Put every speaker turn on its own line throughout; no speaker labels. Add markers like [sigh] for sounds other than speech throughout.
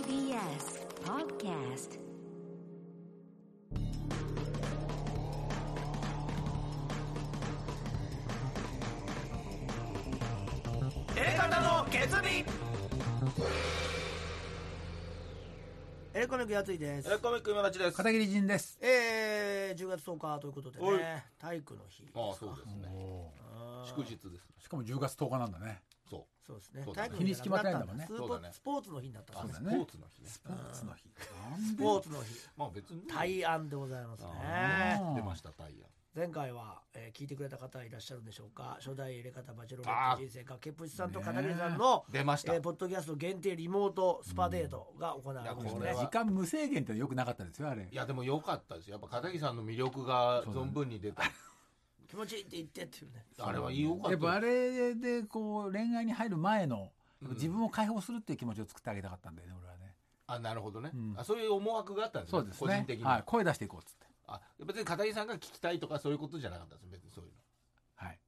TBS Podcast
の決意
エレコミックやついで
エ
す
レ。コミック今立ちです
片桐仁です。
えー、10月10日ということで
おい
ね、体育の日。
ああそうですね祝日ですね
しかも10月10日なんだね。
そ
そうですね
そ。うだ
体
ね
育の日じゃ
ま
なくなったんだス
日にち決
ってんだもんねそうだ
ポ
ね
スポーツの日になったん
う
です
ス
ね。
ポーツの日ね
スポーツの日。
スポーツの日。
まあ別に
対案でございます
あ
ね。
ー
出ましたタイヤ
前回は、えー聞いてくれた方いらっしゃるんでしょうか。初代入れ方バチェロレ
あ
ッ
ー
ト人生かけっぷちさんと片桐さんの、
出ました
えーポッドキャスト限定リモートスパデートが行われまし
いや
た
こ
ね
れ。は
時間無制限ってよくなかったですよ、あれ
い。やでも良かったですやっぱ片桐さんの魅力が存分に出た、
気持ちいいって言ってっていうね。
あれは良か
やっ
っ
ぱあ
た
れでこう恋愛に入る前の自分を解放するっていう気持ちを作ってあげたかったんだよね、俺はね。
あなるほどね、あそういう思惑があったんですね
そうです
個人
ね
的。に、
はい、声出していこうっつって。
あ別に片桐さんが聞きたいとかそういうことじゃなかったです別にそういうの
はい。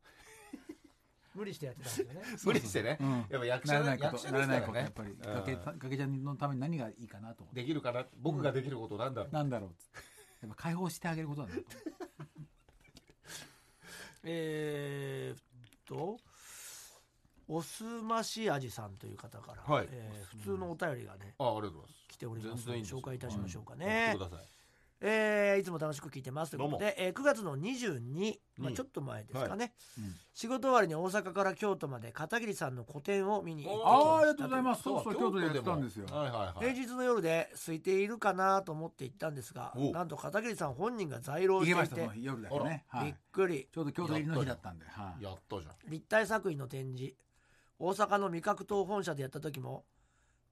無理してやってたんですよね。
無理してね、
うん
やっぱ役
な
者
らな
だ
いこ
役
と、
者で
なら
す
ない
か
こと、や
ら
っ
ね
ぱり、
うん
かけ、かけちゃんのために何がいいかなと思って。
できるかな僕ができることなんだろう、
なんだろうっつって。やっぱ解放してあげることなんだと思って。
えーっと、おすまし味さんという方から、
はい
えー普通のお便りがね、
あありがとうございます
来ておりますの
全然い
で
いんですよ
紹介いたしましょうか
や
ね
って。ください
えーいつも楽しく聞いてますということで、えー9月の22、まあ、
うん
ちょっと前ですかね、
うん
仕事終わりに大阪から京都まで片桐さんの個展を見に行ってきまし
あ
た
あ、ありがとうございます。そうそう、
か
京都でやってたんですよ。
はいはいは
平
い。
日の夜で空いているかなと思って行ったんですが
お
なんと片桐さん本人が在廊
行
して
けま
い
した、そ
て
の日夜だよね。は
びっ
い。
くり
ちょうど京都入りの日だったんで。はい。
やったじゃん。
立体作品の展示大阪の味覚党本社でやった時も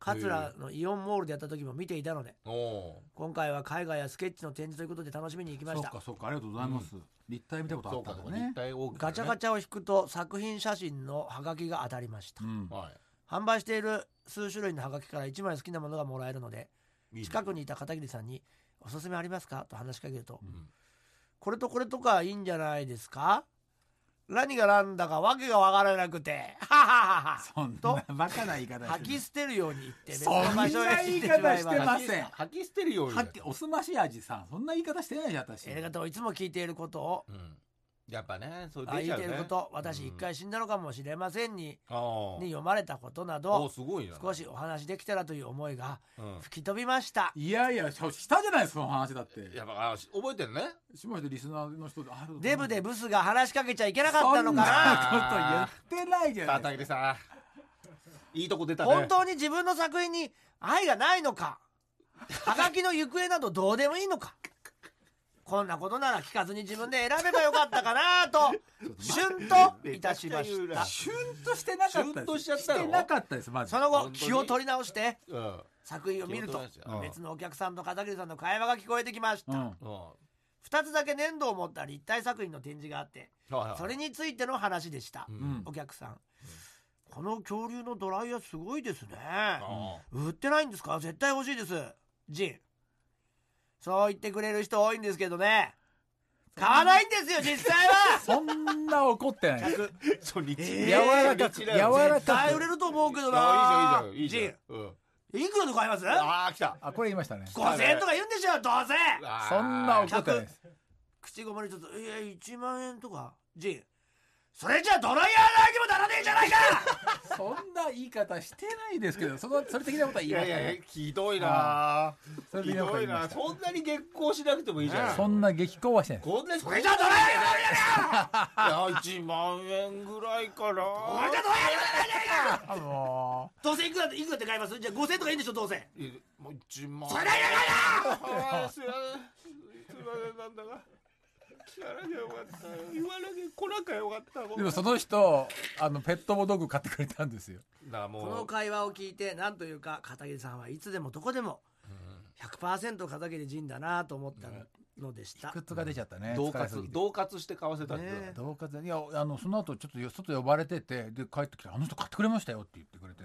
桂のイオンモールでやった時も見ていたので
おお
今回は海外やスケッチの展示ということで楽しみに行きま
そ
し
う
た
かそうかありがとうございます、立体見たこ
ー。
とあ
そうか
った
そ
ん
うか。
だね
立体大きい。
ガチャガチャを引くと作品写真のハガキが当たりました
うん
は
販売している数種類のハガキから1枚好きなものがもらえるので
い。
近
く。
くにいた片桐さんに「おすすめありますか?」と話しかけると
うん。
「これとこれとかいいんじゃないですか何がなんだかわけがわからなくて [laughs] はははは
そんなバカな言い方
吐き捨てるように言ってね。
そんな言い方してません
吐き捨てるように。
はっきりおすまし味さんそんな言い方してないじゃん私
エレガタをいつも聞いていることを、
うん。やっぱね、そう
あ
出
言
ち
い
ゃう
て
ね。
いること、私一回死んだのかもしれませんに、
うん。ああ。
に読まれたことな
お
ど、
すごいな。
少。しお話できたらという思いが
うん。
吹き飛びました。
いやいやししたじゃないですかその話だって
やっぱあし覚えてるね。
しましてリスナーの人である
デブで
ブ
ブスが話しかけちゃいけなか
だ
ったのか
なこと言ってないじゃない
片
です
桐さん。いいとこ出た
な
ね。
本当に自分の作品に愛がないのかはがきの行方などどうでもいいのかこんなことなら聞かずに自分で選べばよかったかな [laughs] と、瞬といたしまし
めちゃくちゃ言う
た
な。
シュンとしてなかった
シュ
で
ン
す
としちゃったの
てなかったですまず
その後
本当に
気を取り直して
うん。うん。
作品を見ると
気を取り直してうん
別のお客さんと片桐さんの会話が聞こえてきまし
う
た、
ん
二2つだけ粘土を持った立体作品の展示があって
はいはい
それについての話でした、
うん。
お客さん、この恐竜のドライヤーすごいですね
あ
売ってないんですか絶対欲しいですジンそう言ってくれる人多いんですけどね買わないんですよ実際 [laughs] は
そんな怒ってないです
あ。そう、リチ
柔らかく柔ら
絶
か
対売
く
れると思うけど
あ
な
あ、いいじゃん、いいじゃん。いいじゃん。うん。
ジンいくらで買います
ああ、来た。
あこれ言いましたね
5000円とか言うんでしょどうせ
あー
そんな怒ってないです
口ごもりちょっと「いや1万円とかジンそれじゃあドライヤー代にもならねえじゃないか
[laughs]
そんな言い方してないですけどそのそれ的なことは言
い
いま
や
し
い
たね
やいや、ひどいなあ。
それ
ひ
的なこと
ど
は言
い
いま
な
した
そんなに激高しなくてもいいじゃん。
そんな激高はしてないです
こんなに
それじゃあドライヤー代にもならね
[laughs] いや1万円ぐらいかな
えじゃあドライヤー代にもならねえじゃないか
あも
どうせいくらでいくらで買いますじゃあ5000円とかいいんでしょどうせ
いやもう1万
それじゃあいらない
あーすいませんすいませんなんだか聞かなきゃよかった言わなきゃ来なきゃよかった
うでもその人あのペットボトル買ってくれたんですよ
だ
この
も
会話を聞いて何というか片桐さんはいつでもどこでも100%片桐仁だなと思ったのでした、
靴が出ちゃったね
う同
疲れすぎ
活
て
同活して買わせたんだよ
ね
同活いやあのその後ちょっとよ外呼ばれててで帰ってきて「あの人買ってくれましたよ」って言ってくれて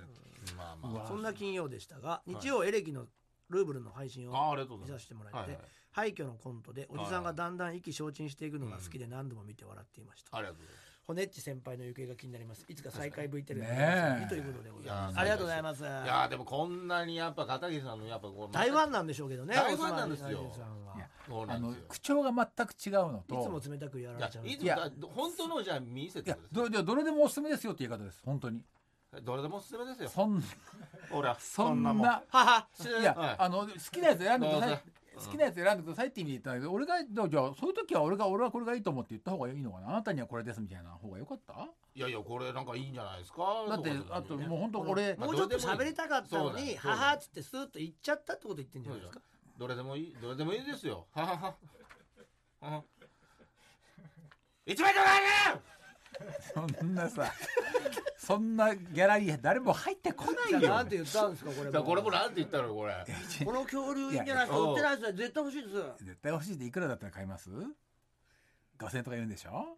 まあ
う
ま
わ
そんな金曜でしたが日曜エレキのルーブルの配信
ああ
を
ありがとうご
見
ざいま
さ
す
せてもら
は
っ
い
て
はい
廃墟のコントでおじさんがだんだん意気消沈していくのが好きで何度も見て笑っていました
ありがとうございます
骨っち先輩の行方が気になりますいつか再開 VTR でお願いしますということでございま
い
す
や
ありがとうございます
いやーでもこんなにやっぱ片桐さんのやっぱこう
大ファンなんでしょうけどね
大ファンなんですよ
おそ松さんはい
や
そうな
あ
ん
の
ですよ
口調が全く違うのと
いつも冷たくや
い
ら
や
れちゃう
いつ
いや
だ本当のじゃあ見せ
い
て
や
くだ
どどどれでもおすすめですよって言い方です本当に
さいどれでもおすすめですよ
そん
ほら
そんな
も
ははい
や、
はい
あの好きなやつ選んでくださ
どう
い
ぞ
好きなやつ選んでくださいって意味で言ったんだけど俺がじゃあそういう時は俺が俺はこれがいいと思って言った方がいいのかなあなたにはこれですみたいな方がよかった
いやいやこれなんかいいんじゃないですか
だって
か
あともう本当俺
まあ
もうちょっ
ど
と
うでも
喋
いい
りたかったの
そうだ
に
よ
ははっつってスーッと行っちゃったってこと言ってんじゃ
そう
ない
で
で
か
すすか
どれでもいいどれでもいいですよははははは一枚でもらえる
そん
[laughs]
なさそんなギャラリー誰も入ってこないよ
じゃあなんて言ったんですかこれ
じゃあこれも
こ
なんて言ったのこれ
の恐竜いいんじゃないですか
いや
売ってないですね絶対欲しいです
絶対欲しいでいくらだったら買います5,000円とか言うんでしょ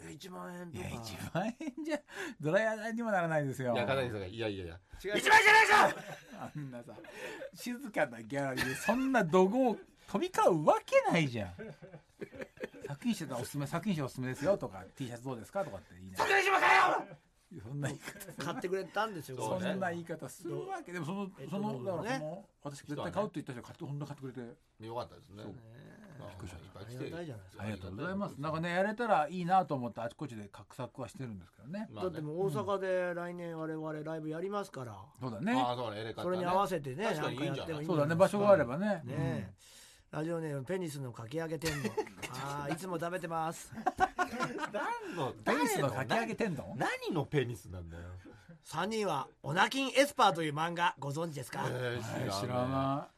え1万円
い
と
や
か
1万円じゃドライヤーにもならないですよ
いや片桐さんがいやいやいや
違う
一枚じゃないか
あんなさ静かなギャラリーでそんな怒号飛び交うわけないじゃん作品賞おすすめ作品賞おすすめですよとか T シャツどうですかとかって言いながら
桜島かよ
そんな言い方
買ってくれたんですよ
そ
そ
うんね
な言い方するわけでもその
えっと
そのだからそ
ね
の私絶対買うって言った人が買って本当に買ってくれて
よかったですねまあ
びっくりしちゃっ
い
た
っぱい
あ
来
り
て
がたいじゃないですか
ありがとうございますなんかねやれたらいいなと思ってあちこちで画策はしてるんですけどね
まあ
だ
ね
ってもう大阪で来年我々ライブやりますから
そうだね
ああそうねエレカタね
それに合わせてね
確かにいいんじゃ
なんか
な
やってもい
い
い
そうだね場所があればね
ねえラジオネームペニスのかき揚げ天丼あーいつも食べてます
何の
うんペニスのかき揚げ天丼
何のペニスなんだよ
3人は「オナキンエスパー」という漫画ご存知ですか、
え
[laughs] はい
ー
知ら
い
な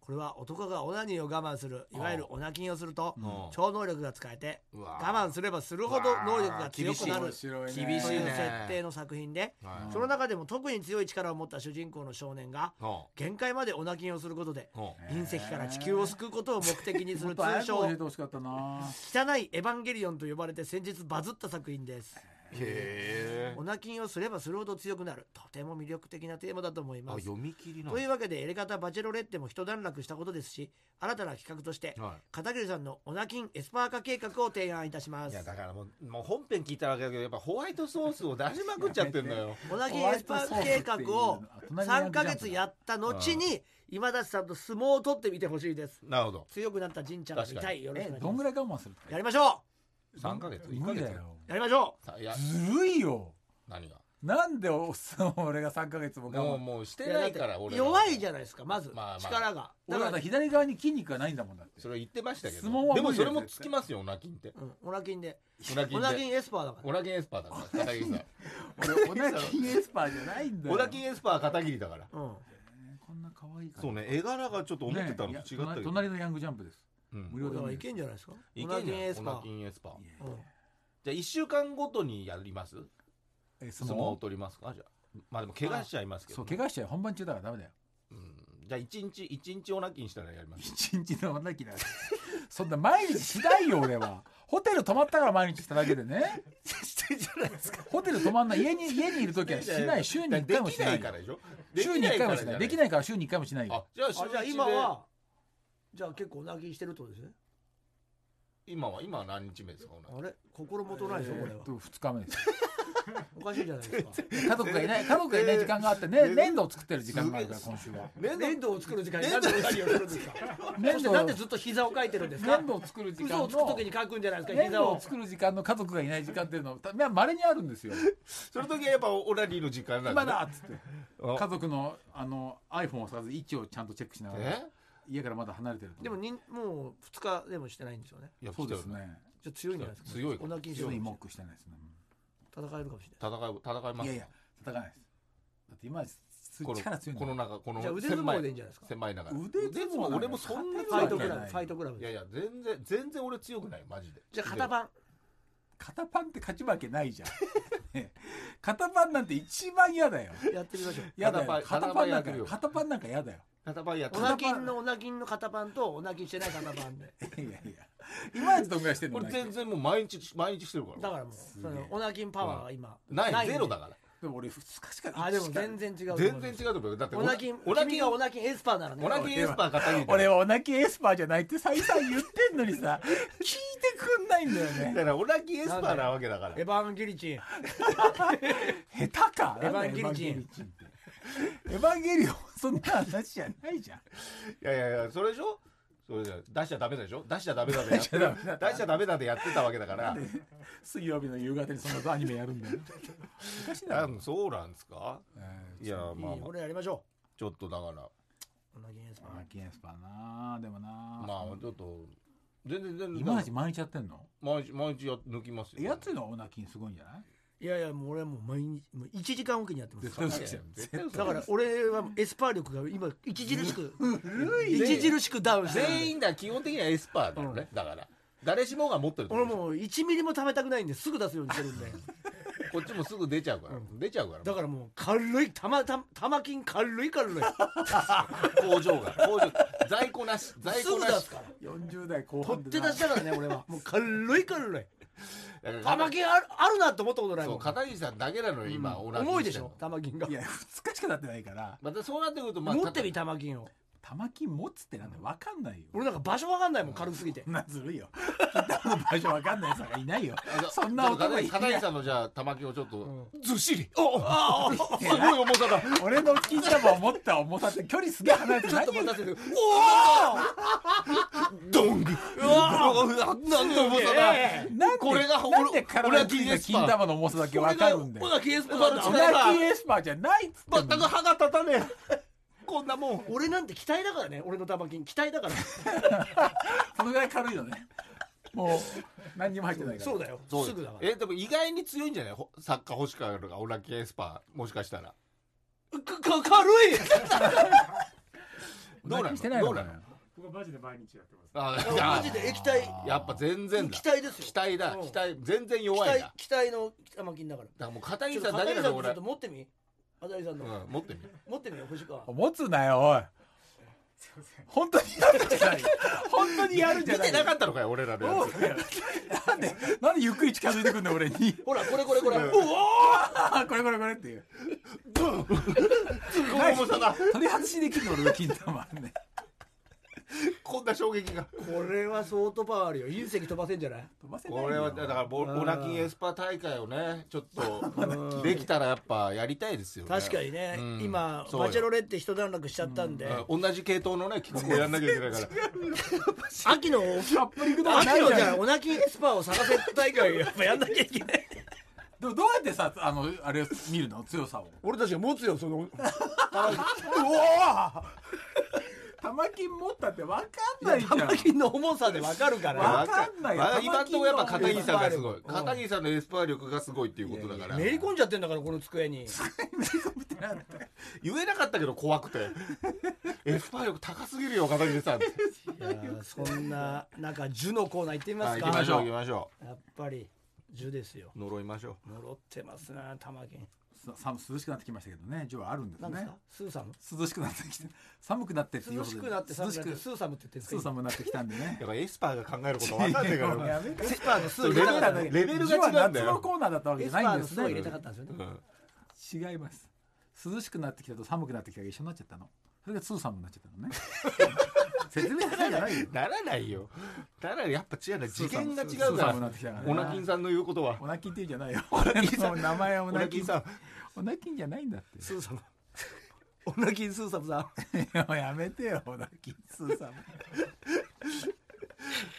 これは男がオナニーを我慢するいわゆるオナキンをすると
ん
超能力が使えて
う
我
わ
慢すればするほど能力が強くなる
面白いね
厳
と
し
い
いうね
設定の作品で
はい
その中でも特に強い力を持った主人公の少年が
ほ
限界までオナキンをすることで
うほう
隕石から地球を救うことを目的にす
も
る
っとああい
通
うの教え
称
てほしかったな
汚いエヴァンゲリオンと呼ばれて先日バズった作品です
へえ
オナキンをすればするほど強くなるとても魅力的なテーマだと思い
あ
ます
読み切りなの
というわけでエレカタバチェロレッテも一段落したことですし新たな企画として
は
片桐さんのオナキンエスパー化計画を提案いたしま
いいや
す
だからもうもう本編聞いたわけだけどやっぱホワイトソースを出しまくっちゃってんのよ
オナキンエスパー化計画を3ヶ月や
っ
った後に今立さんと相撲を取ってみてほしいです
なるほど
強くなった神ちゃんが見たいよろしくお願
え
いし
どん
ま
ぐ
す
らい我慢するとか
やりましょ
3ヶ月1
無
ヶ
理
月
だよ
うやりましょ
さいや
ずるいよ
何が
なんでお俺が3ヶ月も
も
我
う
慢
もうし
う
てないから
やだって
俺
弱いじ
ゃん
ゃないですかまず
まあまあ
力がだ
俺
か
は
ら
左側に筋肉がないんだもんだって
それ言ってましたけど
相撲は無理だよ
でもそれもつきますよオナキンって
うんオナキンで
オナキ
オ
ン
ナ
って
キンエスパーだから
オナキンエスパーだから片桐さん
[laughs] 俺オナキンエスパーじゃないんだよ
オナキンエスパー片桐だから
うん
こんな可愛いから
そうね絵柄がちょっと思ってたのと違ったけど、
ね隣のヤングジャンプです
うん
無料で
だか
見
ら
れ
い
る
けんじゃないですか
いけん
オナキンエ
ね
ス
オ
パ
ナ
ー
キンエスパー
いやいや
うん
じゃあ1週間ごとにやります
え相
相撲を
撲
取りますかじゃあまあでも怪我しちゃいますけど
そう
ね、
怪我しちゃう本番中だからダメだよ [laughs]
うんじゃあ1日一日オナキンしたらやります
一日のオナキンだよそんな毎日しないよ俺はホテル泊まったから毎日しただけでね
してんじゃないですか
ホテル泊まんない家に家にいる時はしない週に1回もしな
で
い
きないからでしょ
週に1回もしないでき
い
ないから週に1回もしない
あ
よ
じゃあ
あじゃあ
週一で
今はじゃあ結構オナキンしてるってことですね
今は今は何日目ですかオナキン
あれ心もとないでしょこれは
2日目です
おかしいじゃないですか
家族がい [laughs] ない家族がいない時間があってね粘土を作ってる時間があるから今週は
粘土を作る時間に何でおなきをするんですかそ
粘
し
土
て
を
なんでずっと膝をかいてるんですか
粘土を作る時間
嘘
の
をつく時に書くんじゃないですか
粘
膝
土を
を
作る時間の家族がいない時間っていうのはまれにあるんですよ
その時はやっぱオナニーの時間なん
今
ね
だっつって家族のあの iPhone をさず位置をちゃんとチェックしながら
え
家からまだ離れてると
でもにもう2日でもしてないんですよね
いや
そうです
来たよ
ね
じゃあ強いんじゃないですか
強い
オナキンして
強い
る
文句してないですね
戦えるかもしれない
戦い戦います
いやいや戦わないですだって今
この
力強いんだ
この中この
じゃあ腕相撲
狭
でいいんじゃないですか
狭い中
腕相撲
相
なんだ
俺もそんな
ファイト
強くな
クラ
い
ブファイトクラブ
いやいや全然全然俺強くないマジで
じゃあ肩パン
肩パンって勝ち負けないじゃん [laughs] ね肩パンなんて一番嫌だよ
やってみましょう
嫌だよ
肩
肩
パ
パ
ン
ン
や
な
っ
ん
て
か
るよ
肩パンなんか嫌だよ [laughs]
肩パンやっ
オ
て
ナキンのオナキンの肩パンとオナキンしてない肩
[laughs]
パンで
いやいやいまいちどんぐらいしてんの
俺
ない
全然もう毎日毎日してるから
だからもうそのオナキンパワーが今
ない
んで
ゼロだから
でも俺2日しか
あでも全然違う
全然違うと思うよだって
オナキンオナキンがオナキンエスパーならね
オナキンエスパー硬いんだ
俺
よ
はオナキエスパーじゃないって再三言ってんのにさ [laughs] 聞いてくんないんだよ
だ
[laughs]
ね
からオナキンエスパーなわけだから
エヴァンゲリチンエヴァ
下手か
ンゲリチン
エヴァンゲリオンそんな話じゃないじゃん
いやいやいやそれでしょそれじゃ出しちゃダメだでしょ出しちゃダメだでやってた出しちゃダメだでやってたわけだから
水曜日の夕方にそんなアニメやる
[laughs]
んだよおかしいだ
あ
ろ、
そうなんですか
えー
いやまあ
これやりましょ
ちょっとだから
うオナキンエスパ
オナキエスパーなでもな
まあちょっと全然全然
今の話毎日やってんの
毎日毎日や抜きますよ
やつのオナキンすごいんじゃない
ーいやいやもう俺はもう毎日もう1時間おきにやってます
絶対嘘
い
じ
や
ゃん
絶対嘘
だから俺はもうエスパー力が今著しく
いね
著しくダウンしてる
全員だ基本的にはエスパーだよね、だから誰しもが持ってると思
俺
う
もう1ミリも貯めたくないんですぐ出すようにしてるんで
こっちもすぐ出ちゃうから、出ちゃうから
だからもう軽い玉玉玉金軽い軽い
工場が工場在庫なし在
す
庫
ぐ
な
出
し
すから
40代
取
後半
って出しだから
[laughs]
ね俺はもう軽い軽い
だから
玉金あるあるなって思ったことない
そ
も
うん片西さんだけなのよ今、オナニー
重いで
て
し
んの
ょ玉金が
いや2日しか経ってないから
またそうなってくるとまあ
持ってみ
た
玉金を
玉金持つってなんだよ分かんないよ
俺なんか場所わかんないもん軽すぎて
[laughs]
そんなずるいよ。北の場所わかんないやつがいないよ。そんな男
片
い
西
な
片西
い。
さんのじゃあ玉木をちょっと、
う
ずっしりおあおすごい重さだ
俺の金玉を持った重さって距離すげえ離れて
ちょっ
何
と
言
待
う
たせて
ドングうわーなんて重さだ、
ええ
なんで
これがほ
なんで
オ
体
ナ
につ
キ
い
ーエ
た
スパー
金玉の重さだけわかるんだよ
これ。がオナキエスパー
オ
オ
ナ
だ
キ
ナキエスパーじゃないっつって
全
んの
く歯が立たねえこんなもん
俺なんて期待だからね俺の玉金期待だから
そのぐらい軽いのね。もう何にも入ってないから。
そうだよ
そう
すぐだから
えでも意外に強いんじゃないほ作家星川とかオラキエスパーもしかしたら
かか軽い
どうな
何
の
してないの
どう
か
な
な
の。
僕はマジで毎日やってます。
あ
いやマジで液体
やっぱ全然だ
期待ですよ
期待だ
うん
期待全然
期
弱いな
待
だか
期待の玉金だから
らもう片
ち
西
ょっと
さんだ
片
け
桐
だと俺
さんのちょっと持ってみ片桐さん
う
の、
ん持ってみ
持ってみよ星川
持つなよおい。
すいません。
本当にやるんじゃない。本当にやるんじゃ
見
ない。
てなかったのかよ俺らのやつ
なんでなんでゆっくり近づいてくんの俺に。
ほらこれこれこれう
あこれこれこれっていう。
すごい重さだ
取り外しできるの俺の金玉ね。
こんな衝撃が
おこれは相当パワーあるよ隕石飛ばせんじゃない
飛ばせないよ
これはだからボオラキンエスパー大会をねちょっとできたらやっぱやりたいですよね
確かにね、
うん
今
そうよ
バチェロレって一段落しちゃったんで、
うん同じ系統のね企画をやんなきゃいけないから
秋の
カップリングとかない
秋の
じゃん
じゃあオナキンエスパーを探せ大会やっぱやんなきゃいけない
でもどうやってさあのあれ見るの強さを
俺たちが持つよその
玉金持ったって分かんないじゃん
玉金の重さでわかるか
わ
ら
かんないよ
まあ今んとこやっぱ片桐さんがすご
う
い
ん
片桐さんのエスパー力がすごいっていうことだから
めり込んじゃってんだからこの机に
言えなかったけど怖くて [laughs] エスパー力高すぎるよ片桐さん
いやーそんな中ジュのコーナー行ってみま
は
す
い
か、
行きましょう行きましょ
やっぱりジュですよ
う呪いましょ
呪ってますな玉金
さ寒涼しくなってきましたけどねジョーはあるんです
なんです
ね
かスーサム
涼しくなってきて寒くなってっていう
涼
こと
し
で
くなって寒くなって
涼し
スーサムって言ってるんです
く涼
か
寒くなってきたんでね
うだからエスパーが考えること分かんない
[laughs]
から
や
俺
めて
エスパーのスー
レベル
入れたかった
レベルが
ジョー
違
は
うんだ
夏
よ
のコーナーだったわけ
エ
じ
ス
ゃ
パ
な
ー
いん
の
で
ス
す
ーを入
ね
れたかったんですよね
うん
違います涼しくなってきたと寒くなってきたが一緒になっちゃったのそれが涼寒くなっちゃったのね説明がないよ
ならないよならやっぱ違うな次元が違
ス
う
ー
か
さんもな
ら
ってきたからね
オナキンさんの言うことは
オナキンって言うんじゃないよ。オナキンさん。名前はオ
オ
ナ
ナ
キ
キ
ン
ン
さ
さ
ん
ん。
オナキンじゃないんだっ
スーサムオナキンスーサムさん
て。いや [laughs] やめてよ、オナキンスーさん。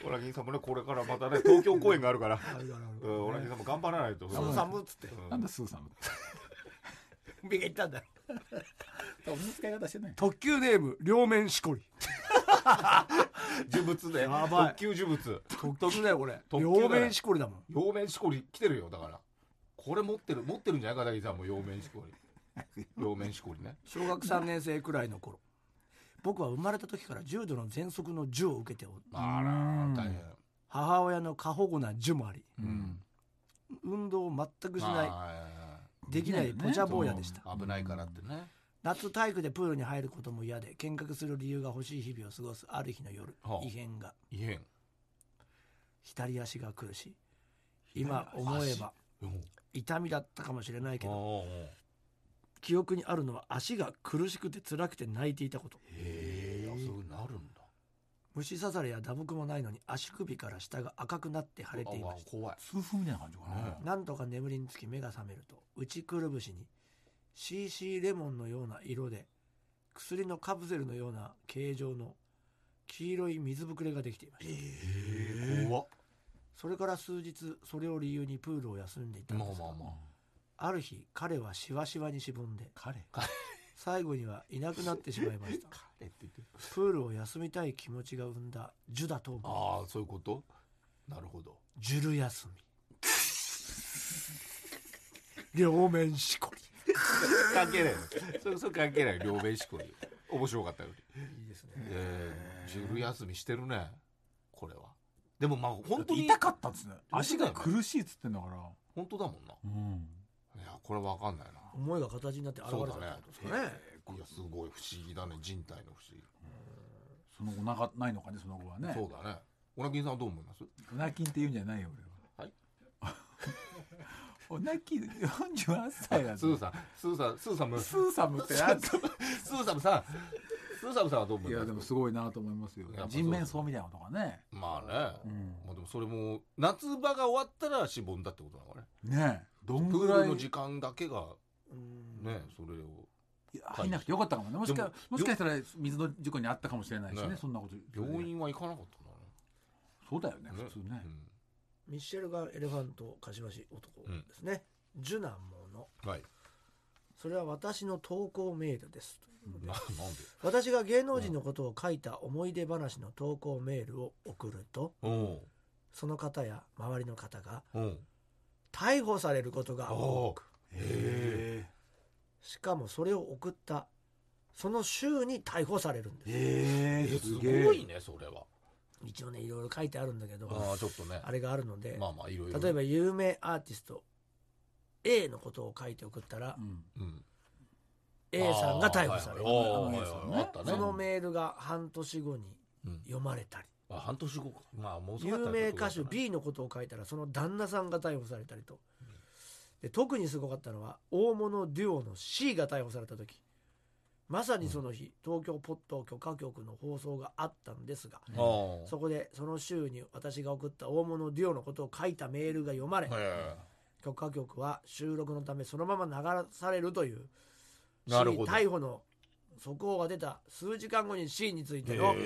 オナキンさんもねこれからまたね東京公演があるからうんオナキンさんも頑張らないと
スーサムっつって
なんだスーさんも。
目が言ったんだよ
そんな使い方してない。
特急ネーム両面しこり
呪物で
やばい
特級呪物
特急だよこれ
特急だよ
両面しこりだもん
両面しこり来てるよだからこれ持ってる持ってるんじゃない片桐さんも両面しこり両面しこりね
小学3年生くらいの頃僕は生まれた時から重度の喘息の銃を受けており
あら
うん
大変
母親の過保護な銃もあり
うん。
運動を全くしない
あー
できないポチャ坊やでした
そう危ないからってね
夏体育でプールに入ることも嫌で見学する理由が欲しい日々を過ごすある日の夜
はあ
異変が
いえん
左足が苦しい今思えば痛みだったかもしれないけど
おー
記憶にあるのは足が苦しくて辛くて泣いていたこと
へえそうなるんだ
虫刺されや打撲もないのに足首から下が赤くなって腫れていまし
あ怖い
痛風みたいな感じかね
たなんとか眠りにつき目が覚めると内くるぶしに CC レモンのような色で薬のカプセルのような形状の黄色い水ぶくれができていました
え怖っ
それから数日それを理由にプールを休んでいたん
まあ
ですが
まあまあ
ある日彼はしわしわにしぼんで
彼
最後にはいなくなってしまいました
彼って言って
プールを休みたい気持ちが生んだジュだと思う
ああそういうことなるほど
ジュル休
[laughs]
み両面しこ
関係ないよ [laughs] それそれ関係ない両面思考に面白かったよ
りいいですね
えー、ジュル休みしてるねこれはでもまあ本当に
痛かったっつね
足
足
が
が苦しいっつってんだから
本当だもんな
うん
いやこれわかんないな
思いが形になって現れ
そう
たって
だね
ことですかね
えーいやすごい不思議だね人体の不思議、
その後なかないのかねその後はね
そうだねオナキンさんはどう思います
うなきんって言うんじゃないよ俺
は
は
い
[laughs] おなきん48歳だ
ス
ぞ
ーさんスーさんスーさんも
スーサムってなんて
スーサムさんスーサムさんはどう思
い
いま
や
す
でもすごいなと思いますよ
やっぱそう
人面相みたいなことがね
まあね、
うん
まあ、でもそれも夏場が終わったらしぼんだってことなのかね
ねえどん
プ
ぐ
ー
ら
ル
い
の時間だけが
うん
ね、それを
いや入んなくてよかったかもねもし
で
か
も
もしかしたら水の事故にあったかもしれないしね
ね
そんなこと
病院は行かなかっ
そうだよね
たな、
普通ね
ミッシェルガン・エレファント柏市男ですね、ジュなもの
うんはい
それは私の投稿メールです
[laughs] ななんで
私が芸能人のことを書いた思い出話の投稿メールを送ると
うん
その方や周りの方が
うん
逮捕されることが多く
へ
しかもそれを送ったその週に逮捕されるんです
え
え
え
すごいねそれは
一応ねいろいろ書いてあるんだけど
ああちょっとね
あれがあるので
まあまあいろいろ
例えば有名アーティスト A のことを書いて送ったら
うん
うん
A さんが逮捕さ
あ
れ
ー
る
はいはい
あの
あーあったね
そのメールが半年後に
うん
読まれたり
あ半年後かまあもうそろそ
有
ろ
名歌手
だったら
B のことを書いたらその旦那さんが逮捕されたりとで特にすごかったのは大物デュオの C が逮捕された時まさにその日東京ポット許可局の放送があったんですが
ああ
そこでその週に私が送った大物デュオのことを書いたメールが読まれ
え
許可局は収録のためそのまま流されるという
なるほど
C 逮捕の速報が出た数時間後に C について
へ
の
え
え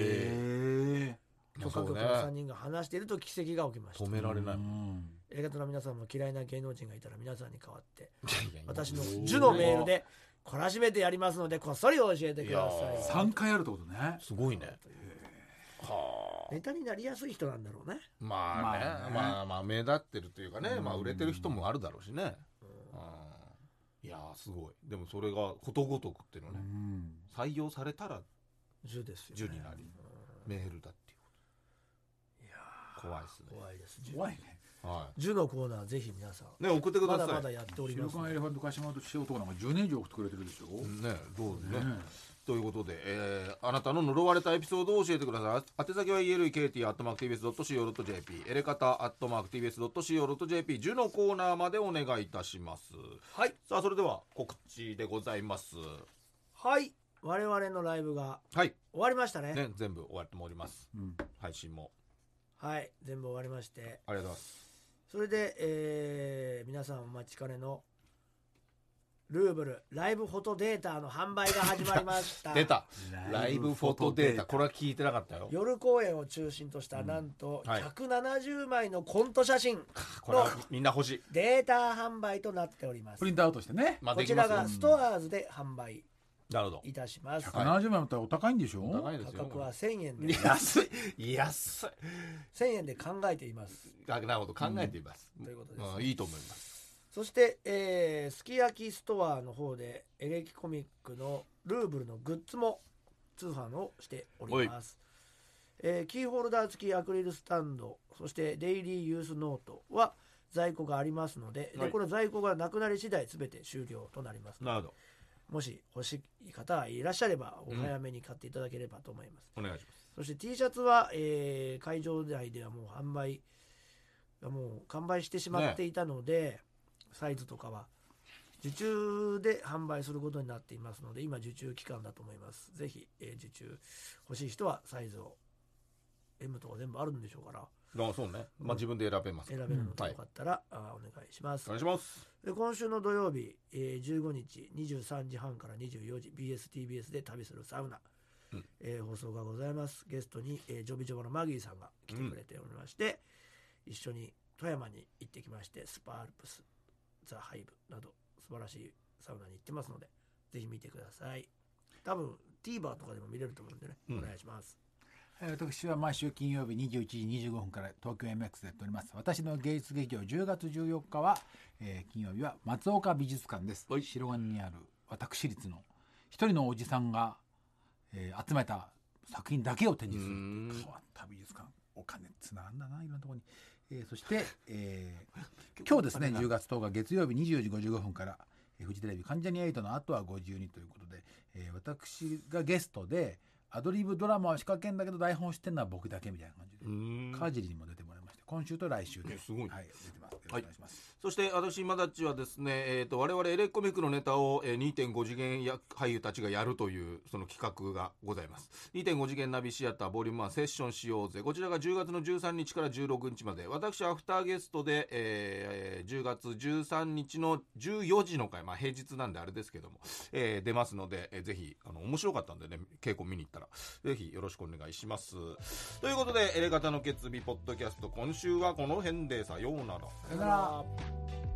え
え
許可局の3人が話していると奇跡が起きました
止められない
うん
映画の皆さんも嫌いな芸能人がいたら皆さんに代わって
いやいや
私の
いや
「ジュ」のメールで懲らしめてやりますのでこっそり教えてくだ
いやー
さ
三回あるってことね
すごいねはい
ネタになりやすい人なんだろうね
あまあね
まあね
まあまあ目立ってるというかねまあ
うん
売れてる人もあるだろうしねうんいやーすごいでもそれがことごとくっていうの
う
ね
ん
採用されたら
「ジュ」ですよ、ね、
ジュになりメールだっていうこと怖いですね
怖いです「ジュ」
怖いね
は
ジュのコーナーぜひ皆さん
いね送ってく
ま
だ
だま
さ
だ
い
やっており
シル
ます
カンエレファント柏本師男なんか10年以上送ってくれてるでしょ
ねどう
ね
ねということで、えーあなたの呪われたエピソードを教えてください。宛先は elkt.tbs.co.jp、エレカタ .tbs.co.jp、10のコーナーまでお願いいたします。
はい
さあ、それでは告知でございます。
はい我々のライブが
はい。
終わりましたね
ね、全部終わっております。
うん
配信も。
はい全部終わりまして
ありがとうございます。
それで、えー皆さんお待ちかねのルーブルライブフォトデータの販売が始まりまし
[laughs]
た
出たラ
ラ
イ
イ
ブ
ブ
フ
フ
ォ
ォ
ト
ト
デ
デ
ー
ー
タ。
タ
これは聞いてなかったよ。
夜公演を中心としたなんと
はい
170枚のコント
[laughs]
写真
これ
の
はみんな欲しい。
データ販売となっております
プリントアウトしてね
まあ、
こ
でき
ち
ま
ら
すよ
が。ストアーズで販売
なるほど。
いたします
はい
価
170枚もったらお高いんでしょ
高いですよ。
格
これ
は1000円で
安い。安い。
1000円で考えています
なるほど。考えています。
んということですね
んいいと思います。
そして、えーすき焼きストアの方でエレキコミックのルーブルのグッズも通販をしております、えーキーホルダー付きアクリルスタンドそしてデイリーユースノートは在庫がありますので,、
はい
でこれ在庫がなくなり次第全て終了となります
なるほど。
もし欲しい方がいらっしゃればお早めに買っていただければと思います、
お願いします。
そして T シャツは、えー会場内ではもう販売もう完売してしまっていたので、サイズとかは受注で販売することになっていますので今受注期間だと思いますぜひ、えー受注欲しい人はサイズを M とか全部あるんでしょうから
あそうね。まあ自分で選べます。
選べるの
うん
でよかったら、あーお願いします
お願いします。
で今週の土曜日、えー15日23時半から24時 BSTBS で旅するサウナ、
うん
えー放送がございますゲストに、えージョビジョバのマギーさんが来てくれておりまして、一緒に富山に行ってきましてスパアルプスザ・ハイブなど素晴らしいサウナに行ってますのでぜひ見てください多分 TVer とかでも見れると思うんでね、
うん
お願いします
えー私は毎週金曜日21時25分から東京 MX でやっております私の芸術劇場10月14日は、えー金曜日は松岡美術館です
はい
白金にある私立の一人のおじさんが、えー集めた作品だけを展示する
うーん
変わった美術館お金つなんだないろんなところに、
[laughs]
えーそして、えー今日ですね10月10日月曜日24時55分から、えーフジテレビ「関ジャニ∞の後は52」ということで、えー私がゲストでアドリブドラマは仕掛けんだけど台本してんのは僕だけみたいな感じで、
ん
川尻にも出てもらいまして今週と来週で
ねすごい
はい、出てますよろしく
は
お
い
願いします、
そして私まだっちはですね、えー、と我々エレコミックのネタをえー2.5次元や俳優たちがやるというその企画がございます2.5次元ナビシアターボリューム1セッションしようぜこちらが10月の13日から16日まで私アフターゲストで、えーえー10月13日の14時の回、まあ、平日なんであれですけども、えー出ますので、えーぜひあの面白かったんでね稽古見に行ったらぜひよろしくお願いしますということでエレガタの決意ポッドキャスト今週はこの辺でさようなら
さよなら